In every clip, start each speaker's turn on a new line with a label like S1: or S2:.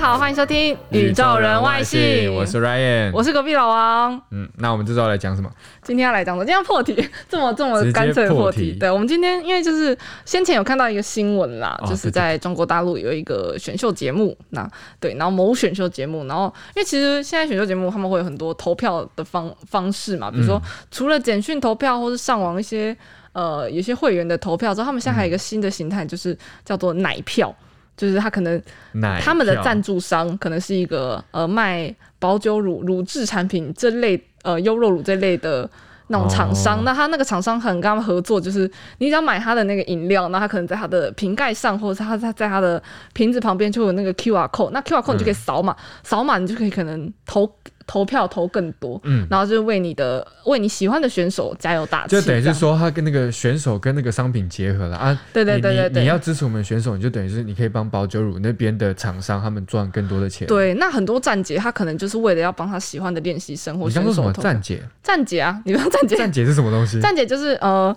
S1: 好，欢迎收听《宇宙人外星》，
S2: 我是 Ryan，
S1: 我是隔壁老王。
S2: 嗯，那我们这周要来讲什么？
S1: 今天要来讲的，今天要破题， 这么这么
S2: 直接
S1: 干脆的
S2: 破
S1: 题
S2: 题。
S1: 对，我们今天因为就是先前有看到一个新闻啦，
S2: 哦
S1: 就是在中国大陆有一个选秀节目，那对，然后某选秀节目，然后因为其实现在选秀节目他们会有很多投票的方方式嘛，比如说除了简讯投票或是上网一些。呃，有些会员的投票之后，他们现在还有一个新的形态，就是叫做奶票，就是他可能
S2: 奶
S1: 他们的
S2: 票
S1: 赞助商可能是一个呃卖保酒乳、乳制产品这类呃优酪乳这类的那种厂商，
S2: 哦
S1: 那他那个厂商可能跟他们合作，就是你只要买他的那个饮料，那他可能在他的瓶盖上，或者是他在在他的瓶子旁边就有那个 QR code，那 QR code 你就可
S2: 嗯
S1: 以扫码，扫码、你就可以可能投投票投更多，
S2: 嗯
S1: 然后就为你的为你喜欢的选手加油打气，
S2: 就等于
S1: 这
S2: 是
S1: 样
S2: 说，他跟那个选手跟那个商品结合了啊。
S1: 对对
S2: 你
S1: 对对
S2: 你
S1: 对
S2: 你要支持我们选手，你就等于是你可以帮保酒乳那边的厂商他们赚更多的钱。，
S1: 对，那很多站姐她可能就是为了要帮她喜欢的练习生或
S2: 你
S1: 选
S2: 刚说什
S1: 手
S2: 么
S1: 投
S2: 站姐？
S1: 站姐啊，你不要站姐，
S2: 站姐是什么东西？
S1: 站姐就是呃，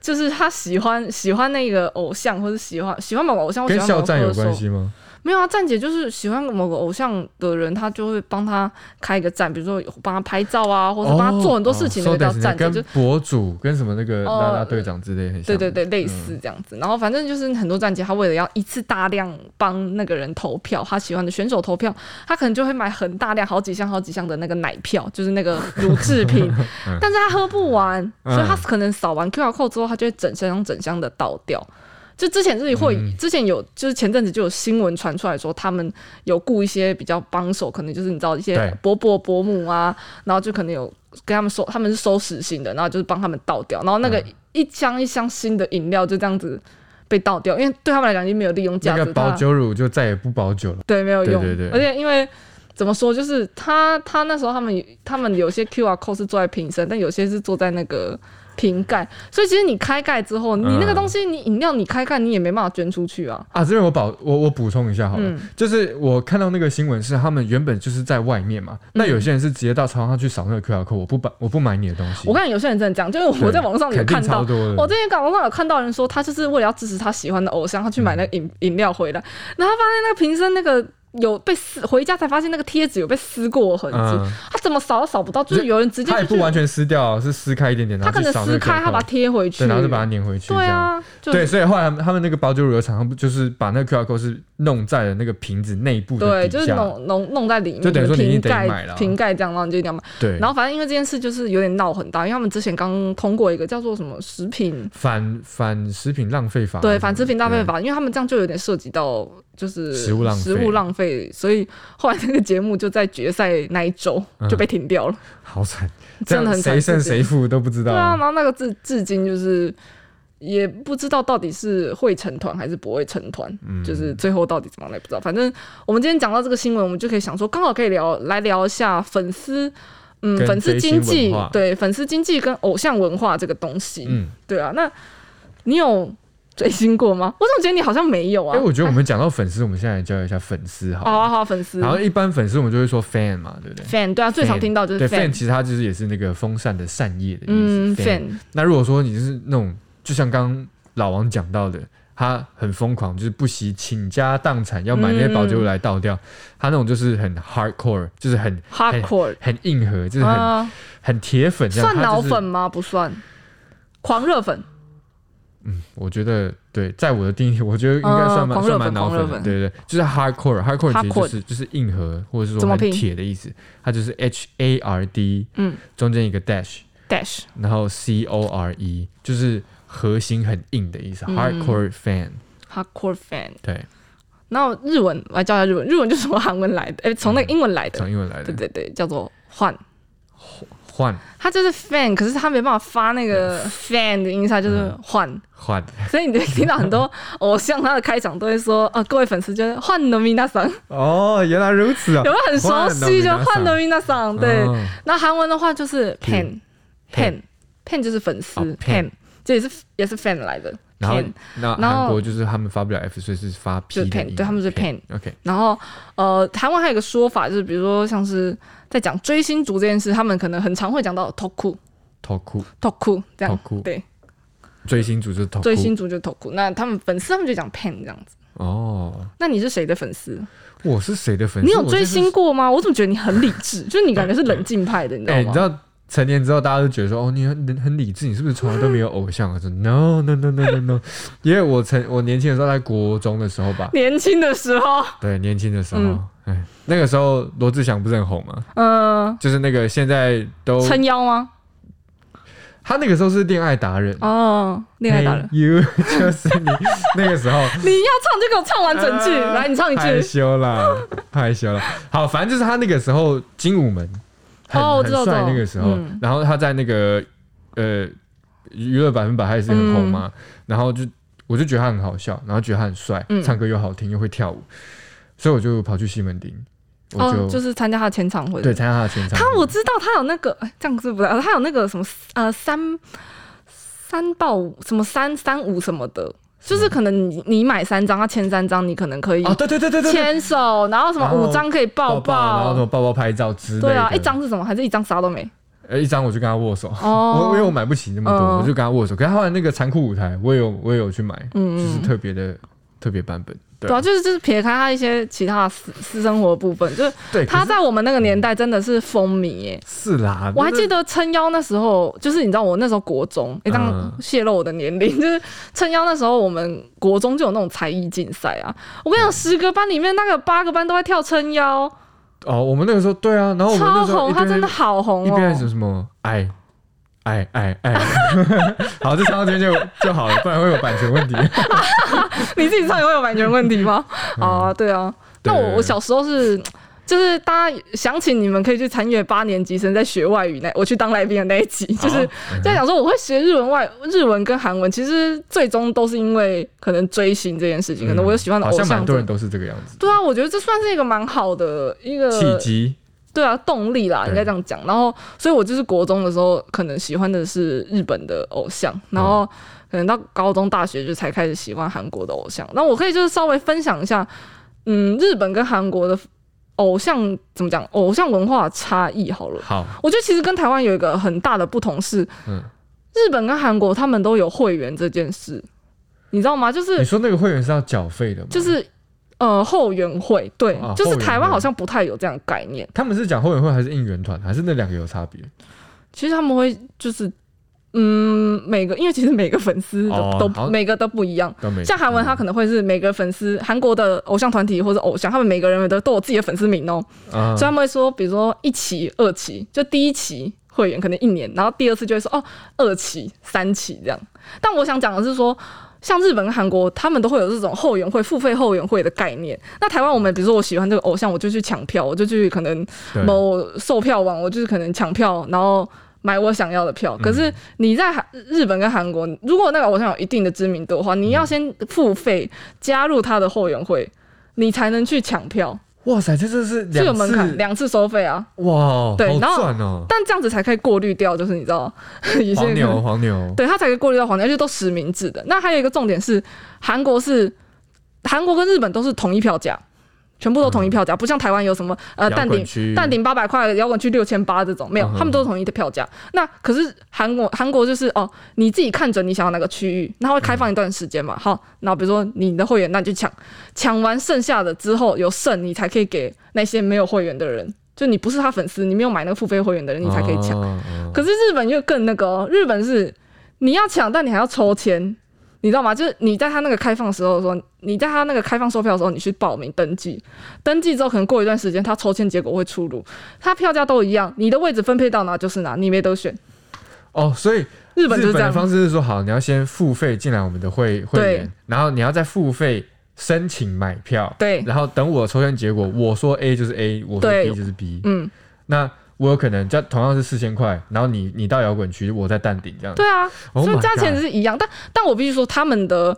S1: 就是她喜欢喜欢那个偶像，或者喜欢喜欢某个偶像，或
S2: 跟
S1: 喜欢
S2: 校
S1: 某
S2: 站
S1: 个
S2: 有
S1: 歌
S2: 关
S1: 手。
S2: 系吗？
S1: 没有啊，站姐就是喜欢某个偶像的人，她就会帮他开一个站，比如说帮他拍照啊，或者帮他做很多事情，那
S2: 哦
S1: 个叫
S2: so that's-
S1: 站姐。就
S2: 跟博主跟什么那个
S1: 哦
S2: 啦啦队长之类很像。嗯
S1: 对对对，类似这样子。然后反正就是很多站姐，她为了要一次大量帮那个人投票，她喜欢的选手投票，她可能就会买很大量、好几箱、好几箱的那个奶票，就是那个乳制品。 但是她喝不完，
S2: 嗯
S1: 所以她可能扫完 QR code 之后，她就会整箱整箱的倒掉。就之前自己会，
S2: 嗯
S1: 之前有就是前阵子就有新闻传出来说，他们有雇一些比较帮手，可能就是你知道一些
S2: 对
S1: 伯伯伯母啊，然后就可能有跟他们收，他们是收拾型的，然后就是帮他们倒掉，然后那个
S2: 嗯
S1: 一箱一箱新的饮料就这样子被倒掉，因为对他们来讲已经没有利用价
S2: 那
S1: 值，
S2: 个保
S1: 它
S2: 酒乳就再也不保酒了。
S1: 对没有用，
S2: 对对对
S1: 而且因为。怎么说？就是他，他那时候他们他们有些 QR code 是坐在瓶身，但有些是坐在那个瓶盖，所以其实你开盖之后，你那个
S2: 嗯
S1: 东西，你饮料你开盖，你也没办法捐出去啊。
S2: 啊，这边我保我我补充一下好了，
S1: 嗯
S2: 就是我看到那个新闻是他们原本就是在外面嘛，
S1: 嗯
S2: 那有些人是直接到超商去扫那个 QR code，我不买我不买你的东西。
S1: 我看有些人真的这样，就是
S2: 对
S1: 我在网上有
S2: 肯定
S1: 看到
S2: 超，多的，
S1: 我之前在网上有看到人说，他就是为了要支持他喜欢的偶像，他去买那
S2: 嗯
S1: 个饮饮料回来，然后他发现那个瓶身那个有被撕，回家才发现那个贴纸有被撕过的痕迹，
S2: 嗯
S1: 他怎么扫都扫不到，就是有人直接
S2: 它也
S1: 就
S2: 不完
S1: 是
S2: 全撕掉，是撕开一点点，然
S1: 他
S2: 后
S1: 可
S2: 去
S1: 能
S2: 扫那
S1: 撕
S2: 个
S1: 开，
S2: 口
S1: 他把它贴回去，
S2: 对，然后就把它粘回去，
S1: 对啊，
S2: 这
S1: 就
S2: 样。对，所以后来他们那个保酒乳的厂商不就是把那个 QR code 是弄在了那个瓶子内部的
S1: 对，
S2: 底
S1: 就是
S2: 下，
S1: 弄弄弄在里面，
S2: 就等于说你一
S1: 瓶
S2: 定得买
S1: 盖
S2: 了啊
S1: 瓶盖这样，然后你就一定要买。
S2: 对，
S1: 然后反正因为这件事就是有点闹很大，因为他们之前刚通过一个叫做什么食品
S2: 反反食品浪费法，
S1: 对，反食品浪费
S2: 对，
S1: 法，因为他们这样就有点涉及到就是
S2: 食物浪费
S1: 食物浪费，所以后来那个节目就在决赛那一周
S2: 嗯
S1: 就被停掉了，
S2: 好惨，这
S1: 真的
S2: 样
S1: 很惨。
S2: 谁胜谁
S1: 负？
S2: 负都不知道
S1: 对。啊，然后那个至至今就是也不知道到底是会成团还是不会成团，
S2: 嗯
S1: 就是最后到底怎么样也不知道。反正我们今天讲到这个新闻，我们就可以想说，刚好可以聊来聊一下粉丝。嗯，
S2: 跟
S1: 粉丝
S2: 追
S1: 经
S2: 星文
S1: 济
S2: 化
S1: 对粉丝经济跟偶像文化这个东西，
S2: 嗯，
S1: 对啊，那你有追星过吗？我怎么觉得你好像没有啊？
S2: 哎，我觉得我们讲到粉丝，我们现在来教一下粉丝好
S1: 好
S2: 了。
S1: 啊好啊，粉丝
S2: 然后一般粉丝我们就会说 fan 嘛，对不对？
S1: fan 对啊，最常听到就是
S2: 对 fan，
S1: fan，
S2: 其实它就是也是那个风扇的扇叶的意思。
S1: 嗯
S2: fan。
S1: fan，
S2: 那如果说你是那种，就像刚刚老王讲到的，他很疯狂，就是不惜倾家荡产要买那些保洁物来倒掉，他那种就是很 hardcore，就是很
S1: hardcore
S2: 很硬核，就是很、
S1: 啊，
S2: 很铁粉这样。
S1: 算
S2: 他
S1: 脑
S2: 就是
S1: 粉吗？不算，狂热粉
S2: 我觉得对，在我的定义，我 觉得应该算
S1: 嗯
S2: 蛮、
S1: 狂热
S2: 算
S1: 粉
S2: 蛮脑
S1: 狂
S2: 粉
S1: 热
S2: 的，
S1: 粉
S2: 对对，就是 hardcore，hardcore 其实
S1: Hardcore
S2: 就是就是硬核或者是
S1: 怎
S2: 说
S1: 么
S2: 很
S1: 拼
S2: 铁的意思，它就是 H A R D，
S1: 嗯，
S2: 中间一个 dash，
S1: dash
S2: 然后 C O R E，就是核心很硬的意思、
S1: 嗯
S2: h a r d c o r e fan，
S1: hardcore fan，
S2: 对，
S1: 然后日文我来教一下日文，日文就是从韩文来的，哎，从那个英文来的，
S2: 从英文来的
S1: 对，对对，叫做换。
S2: 换
S1: 他就是 fan，可是他没办法发那个 fan 的音叉，就是
S2: 嗯
S1: 换，
S2: 换，
S1: 所以你就听到很多偶像他的开场都会说啊，各位粉丝就是换的米娜桑，
S2: 哦，原来如此啊
S1: 有没有很熟悉？就换的 Mina song 对。
S2: 哦
S1: 那韩文的话就是
S2: Pen
S1: pan pan pan 就是粉丝
S2: 哦
S1: ，pan
S2: Pen
S1: 这也是也是 fan 来的
S2: 然后
S1: pan，
S2: 那
S1: 然后
S2: 韩国就是他们发不了 F，所以是发 P
S1: 就
S2: 的
S1: 是
S2: 音
S1: Pen，对他们是
S2: Pen，OK，
S1: 然后呃，韩文还有一个说法就是，比如说像是在讲追星族这件事，他们可能很常会讲到 toku
S2: 头酷
S1: toku 这
S2: 头
S1: 样，
S2: 酷，
S1: 对，
S2: 追星族就是头
S1: 追星族就 toku，那他们粉丝他们就讲 pan 这样子，
S2: 哦，
S1: 那你是谁的粉丝？
S2: 我是谁的粉丝？
S1: 你有
S2: 我就
S1: 追
S2: 是
S1: 星？过吗？我怎么觉得你很理智？就是你感觉是冷静派的，你知
S2: 哎、
S1: 道
S2: 你
S1: 吗？
S2: 知道成年之后，大家都觉得说，哦，你很很理智，你是不是从来都没有偶像？我啊说 no no no no no no，因为我成我年轻的时候，在国中的时候吧，
S1: 年轻的时候，
S2: 对，年轻的时候
S1: 嗯，
S2: 哎、那个时候罗志祥不是很红吗？
S1: 嗯、
S2: 就是那个现在都
S1: 撑腰吗？
S2: 他那个时候是恋爱达人，
S1: 哦，恋爱达人
S2: Hey，you 就是你 那个时候
S1: 你要唱就给我唱完整句，
S2: 啊
S1: 来，你唱一
S2: 害
S1: 句。
S2: 羞 啦，害羞啦。好，反正就是他那个时候精武门很、
S1: 哦我
S2: 很
S1: 知道
S2: 帅
S1: 知道
S2: 那个时候，
S1: 嗯
S2: 然后他在那个呃娱乐百分百他也是很红嘛，然后就我就觉得他很好笑，然后觉得他很帅，
S1: 嗯
S2: 唱歌又好听又会跳舞，所以我就跑去西门町，我就、
S1: 哦，就是参加他的前场会。
S2: 对参加他的全场。
S1: 他我知道他有那个，哎这样子不对，他有那个什么呃三三报五什么三三五什么的，就是可能你你买三张，他签三张，你可能可以
S2: 哦，对对对对对对，
S1: 牵手，然后什么
S2: 然后
S1: 五张可以抱
S2: 抱然后什么抱抱拍照之类的。
S1: 对啊，一张是什么？还是一张啥都没？
S2: 呃，一张我就跟他握手。 我
S1: 哦
S2: 因为我买不起那么多，
S1: 嗯
S2: 我就跟他握手。可是后来那个残酷舞台，我也有我也有去买，
S1: 嗯
S2: 就是特别的特别版本。对
S1: 对啊，就是就是撇开他一些其他的私私生活的部分，就是
S2: 对，可
S1: 啊他
S2: 是
S1: 在我们那个年代真的是风靡耶、
S2: 是啦，
S1: 我还记
S2: 得
S1: 得撑腰那时候，就是你知道我那时候国中，哎、当
S2: 嗯
S1: 泄露我的年龄， 就是撑腰那时候我们国中就有那种才艺竞赛啊。我跟你讲，十个班里面那个八个班都在跳撑腰，
S2: 嗯哦，我们那个时候对啊，然后我们
S1: 超
S2: 那时候
S1: 红，
S2: 一
S1: 他
S2: 边
S1: 真的好红
S2: 一边
S1: 哦
S2: 什。么什么爱爱爱爱， 好，这唱到这边就就好了，不然会有版权问题。
S1: 你自己唱也会有版权问题吗？啊，对啊。
S2: 嗯对
S1: 那
S2: 对
S1: 我我
S2: 对
S1: 小时候是。就是大家想起你们可以去参阅八年级生在学外语那我去当来宾的那一集，就是在讲说我会学日文外日文跟韩文，其实最终都是因为可能追星这件事 情，可能我有喜欢的
S2: 嗯好
S1: 偶
S2: 像
S1: 像
S2: 蛮多人
S1: 者。
S2: 都是这个样子，
S1: 对啊，我觉得这算是一个蛮好的一个
S2: 契机
S1: 对啊动力啦，
S2: 对
S1: 应该这样讲。然后，所以我就是国中的时候可能喜欢的是日本的偶像，
S2: 嗯
S1: 然后可能到高中、大学就才开始喜欢韩国的偶像。那我可以就是稍微分享一下，嗯，日本跟韩国的偶像怎么讲，偶像文化的差异好了。
S2: 好，
S1: 我觉得其实跟台湾有一个很大的不同是，
S2: 嗯
S1: 日本跟韩国他们都有会员这件事，你知道吗？就是
S2: 你说那个会员是要缴费的吗？
S1: 就是呃后援会，对，
S2: 啊
S1: 就是
S2: 后援
S1: 台湾
S2: 会
S1: 好像不太有这样的概念。
S2: 他们是讲后援会还是应援团，还是那两个有差别？
S1: 其实他们会就是嗯每个，因为其实每个粉丝都、
S2: 哦好
S1: 都每个都不一样。
S2: 都没嗯
S1: 像韩文，他可能会是每个粉丝，韩国的偶像团体或者偶像，他们每个人都都有自己的粉丝名哦、
S2: 啊
S1: 所以他们会说，比如说一期、二期，就第一期会员可能一年，然后第二次就会说哦二期、三期这样。但我想讲的是说，像日本跟韩国，他们都会有这种后援会、付费后援会的概念。那台湾我们比如说我喜欢这个偶像，我就去抢票，我就去可能
S2: 对
S1: 某售票网，我就是可能抢票，然后。买我想要的票，
S2: 嗯
S1: 可是你在韩日本跟韩国，如果那个偶像有一定的知名度的话，你
S2: 嗯
S1: 要先付费加入他的后援会，你才能去抢票，
S2: 哇塞，这这是
S1: 是有
S2: 两
S1: 门槛，
S2: 次
S1: 两次收费啊。
S2: 哇，
S1: 对
S2: 好
S1: 然后
S2: 赚哦，
S1: 但这样子才可以过滤掉，就是你知 道一些
S2: 黄 牛黄牛，
S1: 对他才可以过滤掉黄牛，而且都实名制的。那还有一个重点是，韩国是韩国跟日本都是统一票价，全部都统一票价，不像台湾有什么呃
S2: 嗯摇
S1: 淡
S2: 滚
S1: 定
S2: 区
S1: 淡定八百块，摇滚区六千八这种，没有
S2: 嗯，哼
S1: 他们都是统一的票价。那可是韩国韩国就是哦，你自己看准你想要哪个区域，那会开放一段时间嘛。
S2: 嗯
S1: 好，那比如说你的会员，那你去抢，抢完剩下的之后有剩，你才可以给那些没有会员的人。就你不是他粉丝，你没有买那个付费会员的人，你才可以抢。
S2: 哦哦
S1: 可是日本又更那个哦，日本是你要抢，但你还要抽签，你知道吗？就是你在他那个开放的时候说，你在他那个开放售票的时候，你去报名登记，登记之后可能过一段时间，他抽签结果会出炉，他票价都一样，你的位置分配到哪就是哪，你没得选。
S2: 哦，所以
S1: 日
S2: 日
S1: 本就是这
S2: 的
S1: 样，
S2: 方式是说，好，你要先付费进来我们的会会员，然后你要再付费申请买票，
S1: 对
S2: 然后等我抽签结果，我说 A 就是 A，我说
S1: 对
S2: B 就是 B，
S1: 嗯，
S2: 那我有可能在同样是四千块，然后你你到摇滚区，我在淡定这样，
S1: 对啊，
S2: Oh
S1: 所以
S2: my god，
S1: 价钱是一样，但但我必须说他们的。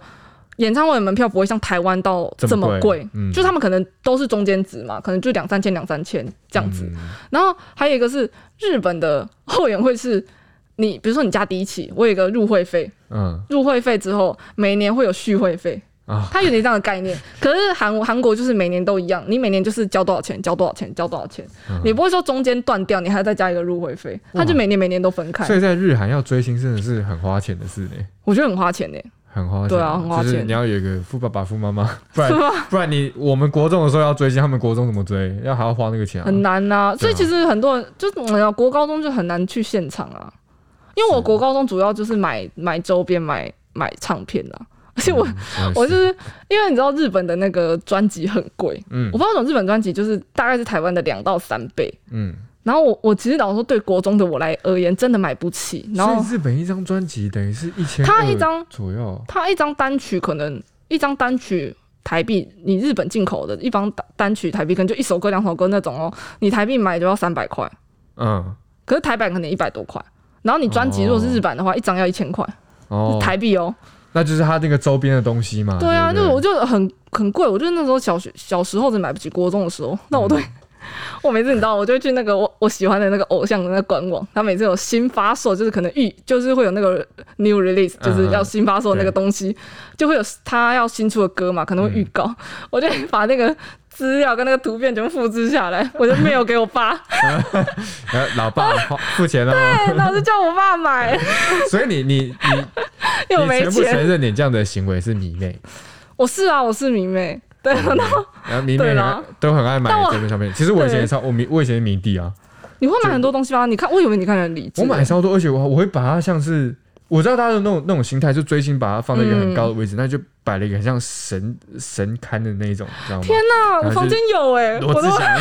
S1: 演唱会门票不会像台湾到这么
S2: 这么贵
S1: 贵，
S2: 嗯
S1: 就他们可能都是中间值嘛，可能就两三千、两三千这样子。
S2: 嗯
S1: 然后还有一个是日本的后援会是，你比如说你加第一期，我有一个入会费，
S2: 嗯
S1: 入会费之后每年会有续会费，
S2: 啊
S1: 它有点这样的概念。可是韩 韩国就是每年都一样，你每年就是交多少钱，交多少钱，交多少钱，
S2: 嗯
S1: 你不会说中间断掉，你还要再加一个入会费，它就每年每年都分开
S2: 所，以在日韩要追星真的是很花钱的事呢，
S1: 我觉得很花钱呢、
S2: 很花钱，
S1: 对啊很花
S2: 就是
S1: 钱
S2: 你要有一个富爸爸、富妈妈，不然不然你我们国中的时候要追星，他们国中怎么追？要还要花那个钱、啊，
S1: 很难呐、所以
S2: 对啊
S1: 其实很多人就是哎呀，国高中就很难去现场啊，因为我
S2: 是
S1: 国高中主要就是买买周边、买买唱片啦，而且我、
S2: 嗯
S1: 我就是因为你知道日本的那个专辑很贵，
S2: 嗯
S1: 我不知道那种日本专辑就是大概是台湾的两到三倍。
S2: 嗯，
S1: 然后我我其实老实说，对国中的我来而言，真的买不起。然后
S2: 所以日本一张专辑等于是一千，
S1: 他一张
S2: 左右，
S1: 它一张单曲可能一张单曲台币，你日本进口的一张单单曲台币，可能就一首歌、两首歌那种哦，你台币买就要三百块，
S2: 嗯，
S1: 可是台版可能一百多块。然后你专辑如果是日版的话，一张要一千块
S2: 哦，
S1: 台币哦。
S2: 那就是他那个周边的东西嘛，
S1: 对啊，
S2: 不
S1: 就是我就很很贵，我就那时候小学小时候真的买不起，国中的时候， 那我
S2: 嗯
S1: 对、我每次你知道，我就会去那个我我喜欢的那个偶像的那个官网，他每次有新发售，就是可能预就是会有那个 new release，
S2: 嗯
S1: 就是要新发售的那个
S2: 对嗯
S1: 东西，就会有他要新出的歌嘛，可能会预告， 我就把那个。资料跟那个图片全部复制下来， 我就没有给我爸，
S2: 然后老爸花付钱了哦，
S1: 老是叫我爸买，
S2: 所以你你你
S1: 因为我
S2: 你
S1: 没
S2: 全不
S1: 钱。
S2: 承认你这样的行为是迷妹，
S1: 我是啊，我是迷妹，对，
S2: 嗯
S1: 然后
S2: 然后迷妹
S1: 对
S2: 很
S1: 啦
S2: 爱都很爱买
S1: 但我
S2: 周边唱片。其实我以前也
S1: 对
S2: 超我迷，我以前也迷弟啊，
S1: 你会买很多东西吗？你看，我以为你看得很理智。
S2: 我买超多，而且我我会把它像是我知道大家的那种那种心态，就追星把它放在一个很高的位
S1: 嗯
S2: 置，那就摆了一个很像神神龛的那一种，你知道吗？
S1: 天啊哪，
S2: 然
S1: 我
S2: 后就
S1: 房间有哎、我
S2: 罗
S1: 都
S2: 志祥，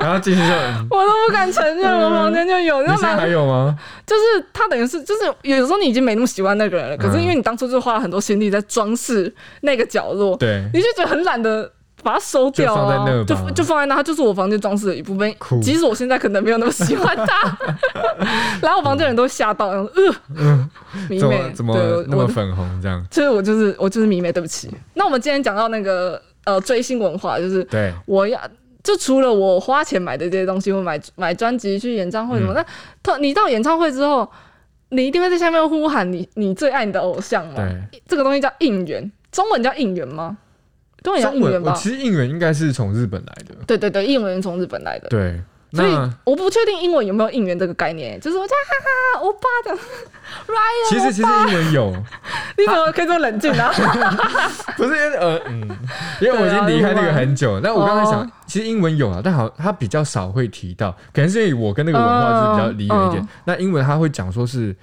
S2: 然后进去就，嗯
S1: 我都不敢承认，我房间就有。
S2: 你
S1: 那
S2: 现在还
S1: 蛮
S2: 有吗？
S1: 就是他等于是就是有时候你已经没那么喜欢那个人了，可是
S2: 嗯
S1: 因为你当初就花了很多心力在装饰那个角落，
S2: 对，
S1: 你就觉得很懒得。把它收掉
S2: 就
S1: 啊
S2: 放在那，吧
S1: 就就放在那，它就是我房间装饰的一部分
S2: 酷。
S1: 即使我现在可能没有那么喜欢 它，然后我房间人都吓到，然后呃，迷
S2: 怎
S1: 妹
S2: 么，嗯怎
S1: 对
S2: 么那
S1: 我
S2: 么粉红这样？
S1: 就是我就是我就是迷妹，对不起。那我们今天讲到那个呃追星文化，就是
S2: 对，
S1: 我要就除了我花钱买的这些东西，我买买专辑去演唱会什么，
S2: 嗯
S1: 那他你到演唱会之后，你一定会在下面呼喊你你最爱你的偶像嘛？
S2: 对，
S1: 这个东西叫应援，中文叫应援吗？中文叫
S2: 中
S1: 应
S2: 文
S1: 援
S2: 我
S1: 吧？
S2: 其实应援应该是从日本来的，
S1: 对对对，应援从日本来的。
S2: 对，
S1: 所以哎
S2: 那
S1: 我不确定英文有没有应援这个概念，就是我哈哈哈，欧巴的，
S2: 其实其实英文有，
S1: 你怎么可以这么冷静啊？
S2: 不是因为呃嗯，因为我已经离开那个很久。那我刚才想
S1: 哦，
S2: 其实英文有啊，但好他比较少会提到，可能是因为我跟那个文化就是比较离远一
S1: 嗯
S2: 点。那英文他会讲说是，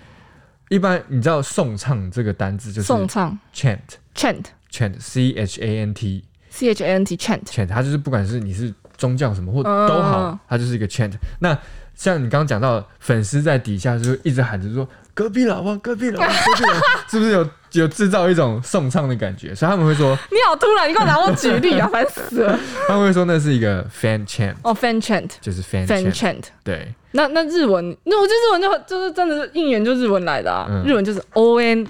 S2: 一般你知道颂唱这个单字就是
S1: 送唱
S2: chant
S1: chant
S2: chant c h a n t
S1: c h a n t chant，
S2: chant，它就是不管是你是宗教什么或
S1: 嗯
S2: 都好，它就是一个 chant。那像你刚刚讲到，粉丝在底下就是一直喊着说“隔壁老王，隔壁老王，隔壁老王”， 是不是有有制造一种颂唱的感觉？所以他们会说，
S1: 你好突然，你给我拿我举例啊，烦死 了。
S2: 他们会说那是一个 fan chant，
S1: 哦，fan chant，fan
S2: 就是 fan chant。
S1: chant。
S2: 对，
S1: 那那日文，那我就日文就很就是真的是应援就日文来的啊，
S2: 嗯
S1: 日文就是 O N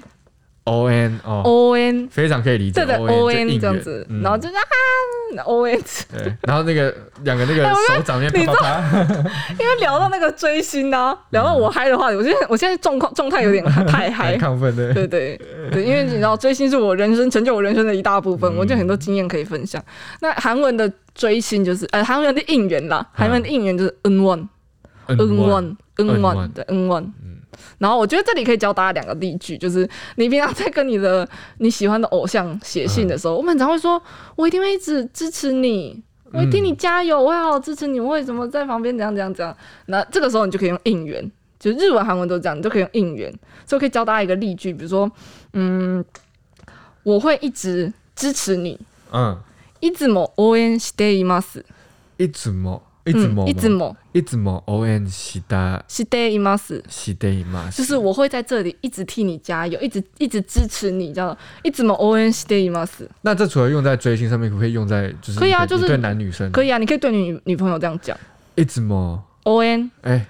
S2: O N 哦，
S1: O N，
S2: 非常可以理解
S1: 对对 O
S2: N 就
S1: N
S2: 应
S1: 这样
S2: 援
S1: 子，
S2: 嗯
S1: 然后就是啊 O N，
S2: 对，然后那个两个那个
S1: 哎我觉得
S2: 手掌面
S1: 你
S2: 啪啪啪，
S1: 因为聊到那个追星啊，聊到我
S2: 嗯
S1: 嗨的话，我现在我现在状况状态有点 太嗨
S2: 很。亢奋的。
S1: 对对对，因为你知道追星是我人生成就我人生的一大部分，
S2: 嗯
S1: 我就很多经验可以分享。那韩文的追星就是呃韩文的应援啦，韩文的应援就是 N one。N one N one 对 N one，
S2: 嗯
S1: 然后我觉得这里可以教大家两个例句，就是你平常在跟你的你喜欢的偶像写信的时候，我们很常会说，我一定会一直支持你，我一定你加油，我会好好支持你，我会怎么在旁边怎样怎样怎样。那这个时候你就可以用应援，就日文、韩文都这样，你就可以用应援。所以我可以教大家一个例句，比如说，嗯，我会一直支持你，
S2: 嗯，
S1: いつも応援しています。
S2: 一直么一
S1: い
S2: 直么
S1: いつも
S2: いつも応援した
S1: しています。
S2: しています。
S1: 就是我会在这里一直替你加油，一直一直支持你，叫一直么 O N stay m u s
S2: 那这除了用在追星上面，可不可以用在就是
S1: 可以啊
S2: 你对
S1: 就是
S2: 你对男女生
S1: 可
S2: 以
S1: 以啊，你可以对你女女朋友这样讲
S2: 一直么
S1: O N，
S2: 哎，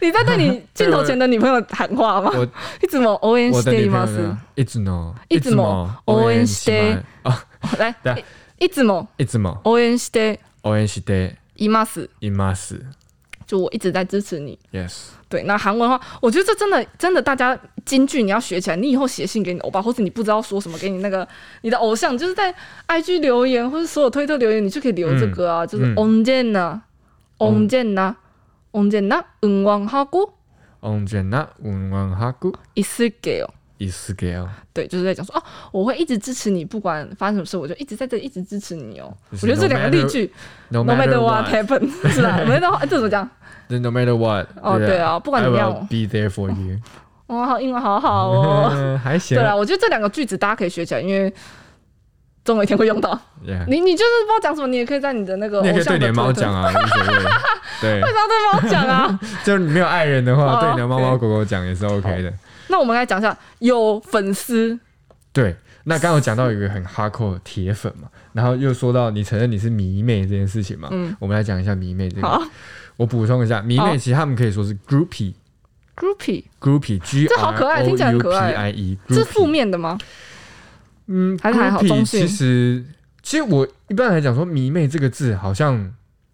S1: 你在 对你镜头前的女朋友喊话吗
S2: 我？
S1: 一直么 O N
S2: 我的
S1: stay
S2: 女
S1: m u
S2: 朋友
S1: s
S2: 呢いつも
S1: いつも応援して
S2: あ
S1: 来
S2: 对啊，
S1: 一直么
S2: いつも
S1: O N stay
S2: 応援して
S1: m u s
S2: います。
S1: 就我一直在支持你。
S2: Yes，
S1: 对，那韩文的话，我觉得这真的真的，大家京剧你要学起来，你以后写信给你的欧巴，或是你不知道说什么给你那个你的偶像，你就是在 IG 留言或者所有推特留言，你就可以留这个啊，就是
S2: 嗯
S1: 언제나언제나언제나응원하고
S2: 언제나 응원하고
S1: 있을게요。
S2: 以 scale，
S1: 对，就是在讲说哦，我会一直支持你，不管发生什么事，我就一直在这里一直支持你哦。
S2: 就
S1: 我
S2: 是
S1: 觉得这
S2: no
S1: 两个
S2: matter-
S1: 例句
S2: no
S1: ，no
S2: matter
S1: matter what
S2: what，
S1: happen，是吧？no matter what，这怎么讲？
S2: then no matter what，
S1: 哦，对啊，不管怎么样，
S2: ，I will be there for you。
S1: 哇，好英文好好哦。
S2: 还行
S1: 对。啊，我觉得这两个句子大家可以学起来，因为总有一天会用 到。
S2: Yeah
S1: 你你就是不知道讲什么，你也可以在你的那个
S2: 你也可
S1: 偶
S2: 以对
S1: 像
S2: 你的猫讲
S1: 啊，
S2: 啊，无所谓。
S1: 对
S2: 对，
S1: 猫讲啊。
S2: 就是你没有爱人的话，
S1: 哦
S2: 对你的猫猫
S1: 对
S2: 狗狗讲也是 OK 的。
S1: 那我们来讲一下有粉丝，
S2: 对，那刚刚有讲到有一个很 hardcore 的铁粉嘛，然后又说到你承认你是迷妹这件事情嘛，
S1: 嗯
S2: 我们来讲一下迷妹这
S1: 好
S2: 个。我补充一下，迷
S1: 好
S2: 妹其实他们可以说是 groupie。
S1: groupie，
S2: groupie g
S1: 这好可
S2: r
S1: 爱
S2: o
S1: 听
S2: u p
S1: 起来很可
S2: i
S1: 爱
S2: e，
S1: 这是负
S2: groupie
S1: 面的吗？
S2: 嗯，
S1: 还是还好
S2: groupie
S1: 中性
S2: 其实，其实我一般来讲说“迷妹”这个字，好像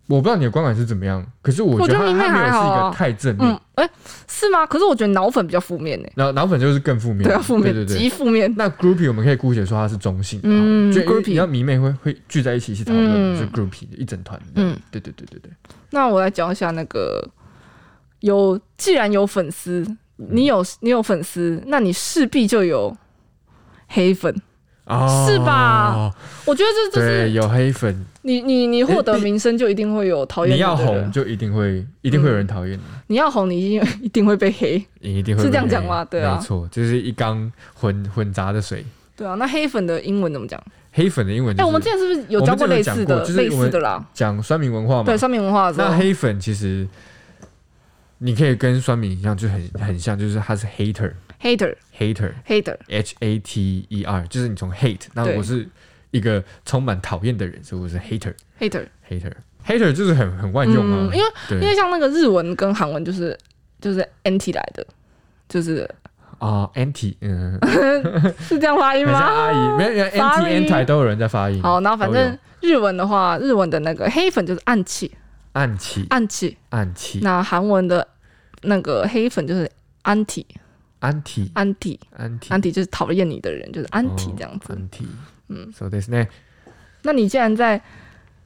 S2: 我不知道你的观感是怎么样，可是我
S1: 我
S2: 觉
S1: 觉
S2: 得
S1: 得迷妹
S2: 它它没有
S1: 还好
S2: 是一
S1: 啊
S2: 个太正面
S1: 嗯，，哎、是吗？可是我觉得脑粉比较负面呢、欸
S2: 然后脑粉就是更负面，
S1: 对啊，负面，
S2: 嗯对对
S1: 极负面。
S2: 那 groupie 我们可以姑且说它是中性的，哦
S1: 嗯
S2: 就因为
S1: groupie
S2: 你要迷妹会会聚在一起一起讨论，
S1: 嗯
S2: 就是 groupie 一整团，嗯
S1: 嗯，
S2: 对对对对对，
S1: 那我来讲一下那个有，既然有粉丝，你有你有粉丝，那你势必就有黑粉。
S2: 哦
S1: 是吧？我觉得这就
S2: 对，
S1: 是
S2: 有黑粉，
S1: 你你你获得名声就一定会有讨厌
S2: 你
S1: 你
S2: 要
S1: 的人啊
S2: 红，就一定会一定会有人讨厌你。
S1: 你要红，你一定一定会被黑。
S2: 你一定
S1: 嗯
S2: 会
S1: 是
S2: 被
S1: 这样讲
S2: 黑
S1: 吗对啊
S2: 没错，就是一缸混混杂的水。
S1: 对啊，那黑粉的英文怎么讲？
S2: 黑粉的英文
S1: 哎、
S2: 就是
S1: 我们之前是不是有
S2: 我
S1: 教
S2: 们之前
S1: 类
S2: 有讲
S1: 似
S2: 过
S1: 的、
S2: 就是
S1: 类
S2: 我们
S1: 似的啦？
S2: 讲酸民文化嘛。
S1: 对，上面文化的时
S2: 那
S1: 候，
S2: 黑粉其实你可以跟酸民一样，就很很像，就是他是 hater
S1: hater
S2: hater
S1: hater，
S2: h a t e r，就是你从 hate，那
S1: 对
S2: 我是一个充满讨厌的人，所以我是 hater
S1: hater，
S2: hater hater，就是很很万用啊
S1: 嗯，。因为因为
S2: 对
S1: 像那个日文跟韩文就是就是 anti 来的，就是
S2: 啊，anti，嗯，
S1: 是这样发音
S2: 很像
S1: 吗？
S2: 阿姨，没有 anti
S1: Sorry
S2: anti 都有人在发音。
S1: 啊好，然后反
S2: 都有
S1: 正日文的话，日文的那个黑粉就是暗器，
S2: 暗器
S1: 暗器；
S2: 暗器
S1: 啊那韩文的那个黑粉就是 anti
S2: anti 哦
S1: anti
S2: anti
S1: 啊 anti，就是讨厌你的人，就是
S2: 哦
S1: anti 这样子。
S2: 问题。嗯
S1: 嗯
S2: ，so this 呢？
S1: 那你既然在，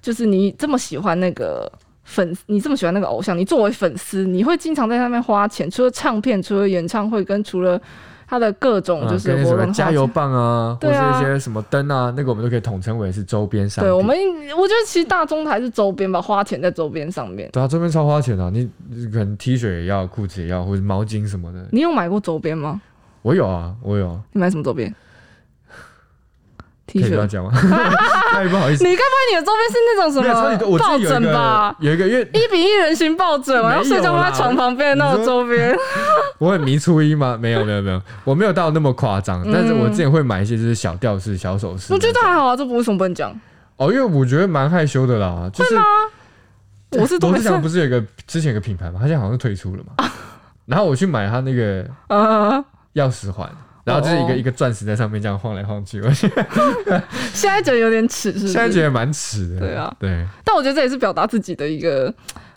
S1: 就是你这么喜欢那个粉，你这么喜欢那个偶像，你作为粉丝，你会经常在上面花钱，除了唱片，除了演唱会，跟除了他的各种哦就
S2: 嗯
S1: 是
S2: 跟
S1: 活
S2: 什
S1: 动花
S2: 么加
S1: 钱。
S2: 油棒啊，或
S1: 对啊
S2: 是一些什么灯啊，那个我们都可以统称为是周边商品。
S1: 对我们，我觉得其实大众还是周边吧，花钱在周边上面。
S2: 对啊，周边超花钱的啊，你你可能 T 恤也要，裤子也要，或者毛巾什么的。
S1: 你有买过周边吗？
S2: 我有啊，我有啊，
S1: 你买什么周边
S2: 可
S1: ？T
S2: 以不要
S1: 恤？
S2: 讲吗？太不好意思。
S1: 你该不会你的周边是那种 什
S2: 没有超级多，
S1: 么
S2: 我
S1: 抱
S2: 自己有一
S1: 枕
S2: 个
S1: 吧？
S2: 有一个，因为
S1: 一比一人形抱枕，我
S2: 没有
S1: 要睡觉
S2: 啦
S1: 放在床旁边的那种周边。
S2: 我很迷初一吗？没有没有没有，我没有到那么夸张，但是我之前会买一些就是小吊饰、小首饰
S1: 嗯
S2: 那种。
S1: 我觉得还好啊，这不为什么不能讲？
S2: 哦，因为我觉得蛮害羞的啦，就是
S1: 我是都
S2: 罗
S1: 没
S2: 志
S1: 事。
S2: 祥不是有一个之前有个品牌嘛，他现在好像退出了嘛。 然后我去买他那个
S1: 呃，
S2: 钥匙环，然后就是一个、
S1: 哦
S2: 一个钻石在上面这样晃来晃去，我现
S1: 现在觉得有点耻，是不是？
S2: 在觉得蛮耻的。
S1: 对啊，
S2: 对
S1: 但我觉得这也是表达自己的一个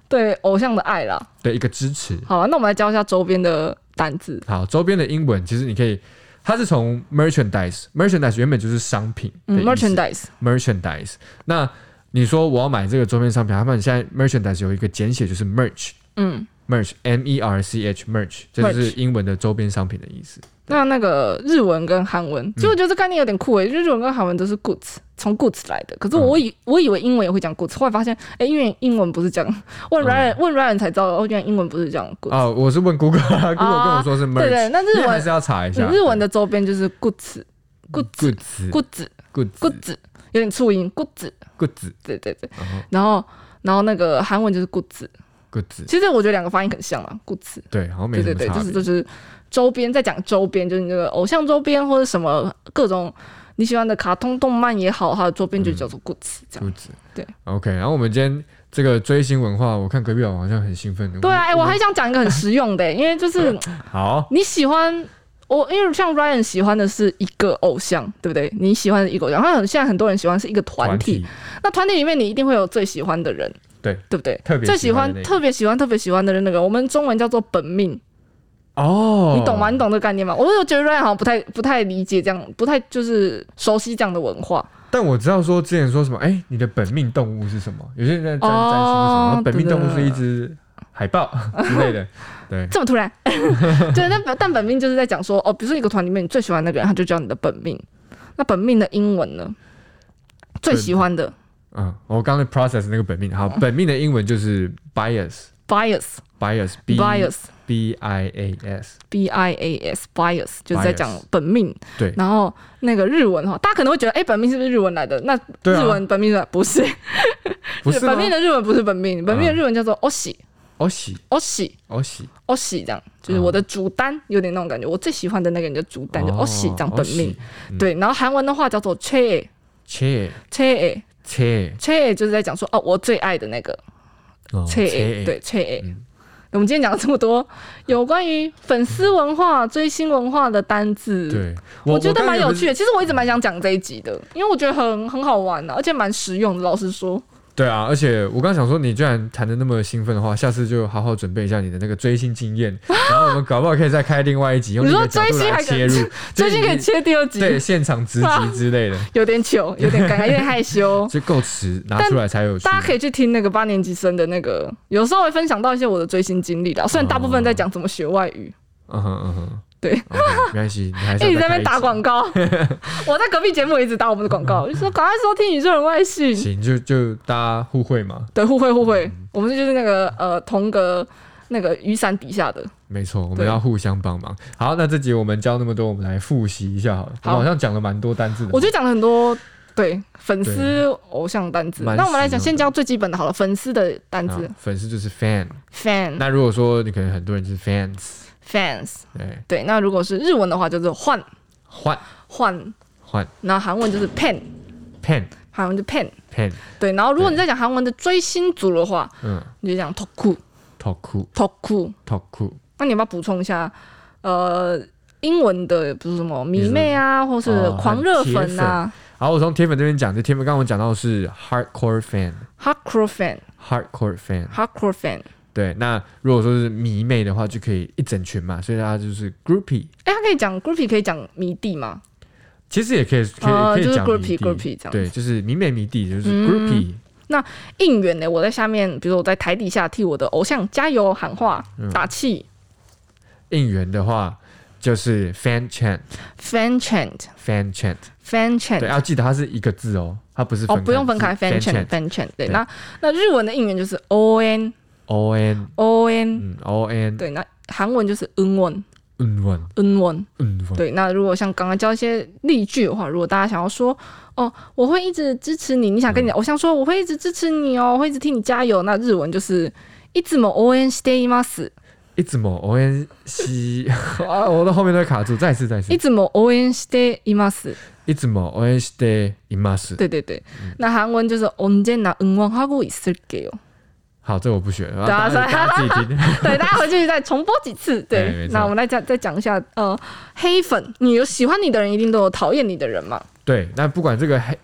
S1: 对偶像的爱啦。
S2: 对，一个支持。
S1: 好、啊，那我们来教一下周边的单字。
S2: 好，周边的英文其实你可以，它是从 merchandise，merchandise 原本就是商品的
S1: 嗯
S2: 意思、
S1: ，merchandise，
S2: merchandise。那你说我要买这个周边商品，他们现在 merchandise 有一个简写就是 merch。
S1: 嗯，
S2: merch m e r c h merch，这就是英文的周边商品的意思。
S1: 那那个日文跟韩
S2: 嗯
S1: 文，其实我觉得这概念有点酷诶、日文跟韩文都是 goods，从 goods 来的。可是我
S2: 嗯
S1: 以、我以为英文也会讲 goods，后来发现，哎、因为英文不是这样。
S2: 嗯
S1: 问 Ryan、问 Ryan 才知道，哦，原来英文不是这样 goods。
S2: 哦，我是问 Google，Google 跟我说是 merch，
S1: 对啊对，那
S2: 因
S1: 日
S2: 为还
S1: 文
S2: 是要查一下
S1: 嗯日文的周边就是 goods。
S2: good
S1: goods
S2: good
S1: goods
S2: good
S1: goods 有点促音 goods，
S2: good
S1: 对对对。
S2: 然后
S1: 然后然后那个韩文就是 goods，
S2: good
S1: 其实我觉得两个发音很像啦，故此，
S2: 对，好像没
S1: 对
S2: 什
S1: 对
S2: 么
S1: 对，
S2: 差
S1: 就是
S2: 别。
S1: 就是周边，在讲周边，就是那个偶像周边或者什么各种你喜欢的卡通动漫也好，它的周边就叫做故此这样。
S2: good
S1: 对
S2: OK，然后我们今天这个追星文化，我看隔壁老王好像很兴奋。
S1: 对啊，哎、我还想讲一个很实用的、欸因为就是
S2: 好，
S1: 你喜欢我，因为像 Ryan 喜欢的是一个偶像，对不对？你喜欢的一个偶像，然后现在很多人喜欢是一个团体，那团体里面你一定会有最喜欢的人，
S2: 对
S1: 对不对？
S2: 特别
S1: 最
S2: 喜
S1: 喜
S2: 欢
S1: 欢
S2: 的那、个
S1: 特别喜欢、特别喜欢的人，那个我们中文叫做本命。
S2: 哦，
S1: 你懂吗？你？懂这个概念吗？我就觉得 Ryan 好像不太不太理解这样，不太就是熟悉这样的文化。
S2: 但我知道说之前说什么，哎，你的本命动物是什么？有些人在占占星什么，
S1: 哦
S2: 然后本命
S1: 对对
S2: 动物是一
S1: 对
S2: 只海豹之类的，对
S1: 这么突 然，对，但本但本命就是在讲说，哦，比如说一个团里面你最喜欢那个人，他就叫你的本命。那本命的英文呢？最喜欢的
S2: 嗯，我刚才 process 那个本命，好，
S1: 嗯
S2: 本命的英文就是 bias。
S1: bias
S2: bias b
S1: bias
S2: b i a s
S1: b i a s bias 就是在讲
S2: bias
S1: 本命。
S2: 对
S1: 然后那个日文哈，大家可能会觉得，哎、本命是不是日文来的？那
S2: 对啊
S1: 日文本命的不是，
S2: 不是吗嗯
S1: 本命的日文不是本命，本命的日文叫做 oshi
S2: 哦喜
S1: oshi
S2: 哦喜
S1: oshi 这样，
S2: 嗯
S1: 就是我的主单，有点那种感觉。我最喜欢的那个人的主单就 oshi 这样哦本命。
S2: 哦嗯
S1: 对，然后韩文的话叫做 che
S2: 切
S1: che
S2: 切
S1: che 就是在讲说哦，我最爱的那个
S2: 哦
S1: che 对 che。我们今天讲了这么多有关于粉丝文化、追星文化的单字，
S2: 对，
S1: 嗯我觉得
S2: 刚
S1: 蛮
S2: 才
S1: 有
S2: 不是
S1: 趣的。其实我一直蛮想讲这一集的，因为我觉得很很好玩的、啊而且蛮实用的。老实说，
S2: 对啊，而且我刚想说，你居然谈的那么兴奋的话，下次就好好准备一下你的那个追星经 验，然后我们搞不好可以再开另外一集，用
S1: 你
S2: 你
S1: 说
S2: 的角度
S1: 追星
S2: 来
S1: 还可以
S2: 切入，
S1: 最近可以
S2: 对
S1: 切第二
S2: 你
S1: 集，
S2: 对现场直击之类 的，。
S1: 有点糗，有点尴尬，有点害羞
S2: 就够迟拿出来才有趣。
S1: 大家可以去听那个八年级生的那个，有稍微分享到一些我的追星经历啦。虽然大部分
S2: 哦
S1: 在讲怎么学外语，
S2: 嗯哼嗯哼，
S1: 对
S2: OK，没关系，你还是要
S1: 一直在那
S2: 再开
S1: 边
S2: 一
S1: 打
S2: 集
S1: 广 告。我在隔壁节目也一直打我们的广告，就说赶快收听宇宙人外信。
S2: 行，就就大家互惠嘛，
S1: 对，互惠互惠，我们就是那个呃同格那个雨伞底下的。
S2: 没错，我们
S1: 对
S2: 要互相帮忙。好，那这集我们教那么多，我们来复习一下好了。我
S1: 好
S2: 们好像讲了蛮多单字的，
S1: 我就讲了很多对粉丝偶像单字，
S2: 蛮
S1: 那我们来讲
S2: 实用
S1: 先
S2: 的
S1: 教最基本的好了，粉丝的单
S2: 啊
S1: 字
S2: 粉丝就是 fan，
S1: fan
S2: 那如果说你可能很多人就是 fans，
S1: fans。
S2: 对，
S1: 对，那如果是日文的话，就是换
S2: 换
S1: 换，
S2: 换
S1: 然后韩文就是 pen，
S2: pen
S1: 韩文就 pen。
S2: pen，
S1: 对，然后如果你在讲韩文的追星族的话，
S2: 嗯
S1: 你就讲 toku
S2: ，talk
S1: toku。
S2: talk，
S1: 那你要不要补充一下？呃，英文的比如什么迷妹啊，或是
S2: 哦
S1: 狂热粉啊、
S2: 好，我从铁粉这边讲，就铁粉刚刚我讲到的是 hardcore fan，hardcore
S1: hardcore fan、
S2: fan，
S1: hardcore fan。
S2: 对，那如果说是迷妹的话，就可以一整群嘛，所以大家就是 groupie，
S1: 哎，他可以讲 groupie，可以讲迷弟吗？
S2: 其实也可以可
S1: 哦
S2: 以可
S1: 就
S2: 以
S1: 是
S2: 讲
S1: groupie，
S2: 迷弟
S1: groupie 这样
S2: 对，就是迷妹迷弟，就是
S1: 嗯
S2: groupie，
S1: 应援呢，我在下面，比如说我在台底下替我的偶像加油喊话、
S2: 嗯
S1: 打气
S2: 应援的话就是 fan chant，fan
S1: ，fan chant。
S2: chant。
S1: fan chant
S2: 对，要记得它是一个字哦，它不是
S1: 哦，
S2: 分
S1: 不用分开
S2: 是
S1: ，fan
S2: fan chant
S1: chant，fan chant。对，
S2: 对
S1: 那那日文的应援就是 o n
S2: O N
S1: o n，
S2: 嗯 O N
S1: 对，那韩文就是嗯文
S2: 嗯文
S1: 嗯文。
S2: 嗯文，
S1: 对，那如果像刚刚教一些例句的话，如果大家想要说哦，我会一直支持你，你想跟你的
S2: 嗯
S1: 偶像说我会一直支持你哦，我会一直替你加油，那日文就是いつも応援しています。
S2: 一直某 O N 西 啊，我的后面都会卡住，再一次再一次
S1: い，つも応援しています。
S2: 一直某 O N 西的伊马斯。
S1: 对对对，
S2: 嗯
S1: 那韩文就是언제나응원하고있을게요。
S2: 好，这我不学了，
S1: 对啊
S2: 大家大家自 己听。
S1: 对，大家回去再重播几 次。
S2: 对
S1: 对
S2: 没，错
S1: 那我们来再再讲一下，呃，黑粉，你有喜欢你的人，一定都有讨厌你的人嘛。
S2: 对，那不管这个黑。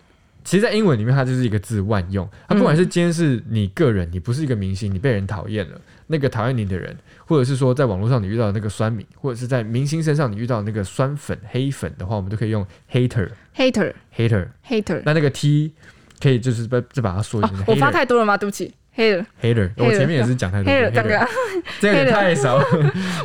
S2: 其实，在英文里面，它就是一个字万用。它不管是今天是你个人，你不是一个明星，你被人讨厌了，那个讨厌你的人，或者是说在网络上你遇到的那个酸民，或者是在明星身上你遇到的那个酸粉、黑粉的话，我们都可以用 hater、
S1: hater，hater
S2: hater。那那个 T 可以就是把再把它缩
S1: 啊
S2: 成、hater、，
S1: 我发太多了吗？对不起，hater，hater，
S2: hater，我前面也是讲太多了
S1: 大哥
S2: hater，，这个有点太少。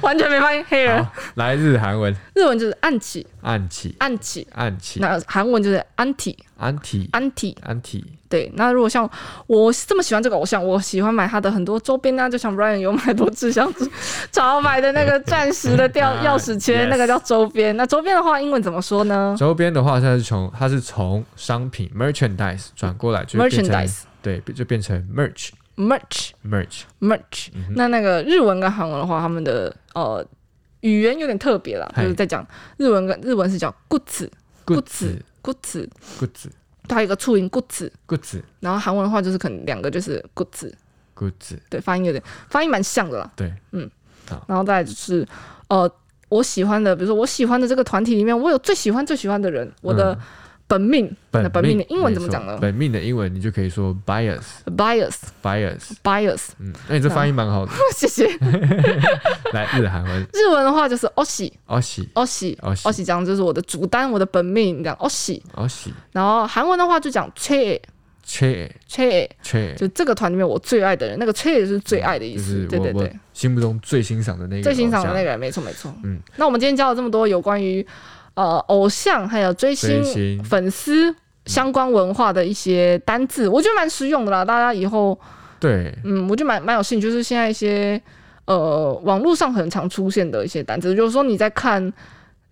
S1: 完全没发现 hater。
S2: 好，来日韩文，
S1: 日文就是暗起
S2: 暗起
S1: 暗起，
S2: 暗起
S1: 那韩文就是安体
S2: 安体
S1: 安体。
S2: 安体，
S1: 对，那如果像我这么喜欢这个偶像，我喜欢买他的很多周边啊，就像 Brian 有买多只像是潮买的那个钻石的吊
S2: 啊
S1: 钥匙圈
S2: yes
S1: 那个叫周边。那周边的话，英文怎么说呢
S2: 周边的话，它是从它是从商品 merchandise 转过来，就变成
S1: ？Merchandise
S2: 对，就变成 merch
S1: merch
S2: merch。
S1: merch、那
S2: 嗯
S1: 那个日文跟韩文的话，他们的呃语言有点特别啦，就
S2: 嗨
S1: 是在讲日文跟日文是叫 goods goods
S2: goods
S1: goods，
S2: goods
S1: 它有一个促音 goods，
S2: goods
S1: 然后韩文的话就是可能两个就是 goods。
S2: goods，
S1: 对，发音有点发音蛮像的啦。
S2: 对，
S1: 然后再来就是，呃，我喜欢的，比如说我喜欢的这个团体里面，我有最喜欢最喜欢的人，我的本命，那本命的英文怎么讲
S2: 没错
S1: 呢
S2: 嗯本命的英文你就可以说 bias
S1: ？bias
S2: bias。
S1: bias，
S2: 嗯，那你这发音蛮好的。
S1: 谢谢。
S2: 来日韩文
S1: 日文的话就是 oshi
S2: ，oshi
S1: oshi
S2: Oshi
S1: oshi，这样就是我的主单，我的本命这样 oshi。
S2: oshi
S1: 然后韩文的话就讲 che
S2: 切
S1: Che，
S2: 切，
S1: 就这个团里面我最爱的人，那个 Che 是最爱的意
S2: 嗯就
S1: 思。
S2: 是
S1: 对
S2: 我
S1: 对
S2: 我
S1: 对，
S2: 心目中最欣赏的那个
S1: 最欣赏的那
S2: 偶像
S1: 个人，没错没错。
S2: 嗯，
S1: 那我们今天教了这么多有关于呃偶像还有追星
S2: 追星
S1: 粉丝相关文化的一些单字，我觉得蛮实用的啦。大家以后
S2: 对，
S1: 嗯，我就蛮蛮有兴趣，就是现在一些呃网络上很常出现的一些单词，就是说你在看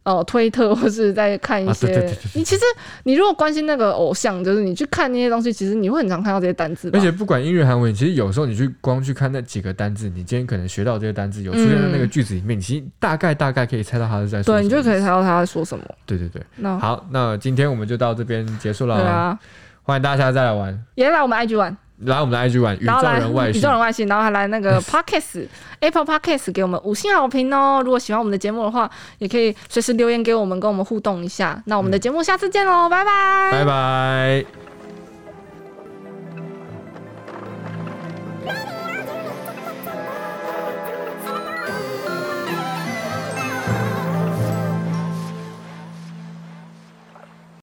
S1: 呃推特或是在看一
S2: 啊
S1: 些，
S2: 对对对对对
S1: 你其实你如果关心那个偶像，就是你去看那些东西，其实你会很常看到这些单词吧，
S2: 而且不管英语韩文，其实有时候你去光去看那几个单字，你今天可能学到这个单字有出现在那个句子里面，你其实大概大概可以猜到他是在说
S1: 对你就
S2: 什么
S1: 可以猜
S2: 意思
S1: 到他在说什么。
S2: 对对对。
S1: 那
S2: 好，那今天我们就到这边结束了，
S1: 对啊，
S2: 欢迎大家下次再来玩。
S1: 也来我们 IG 玩，
S2: 来我们的 IG 玩宇
S1: 然
S2: 宙
S1: 后来
S2: 人外
S1: 宇
S2: 星
S1: 宙，人外星，然后还来那 个 Podcast Apple Podcast 给我们五星好评哦。如果喜欢我们的节目的话，也可以
S2: 嗯
S1: 随时留言给我们，跟我们互动一下。那我们的节目下次见喽，拜拜，
S2: 拜拜。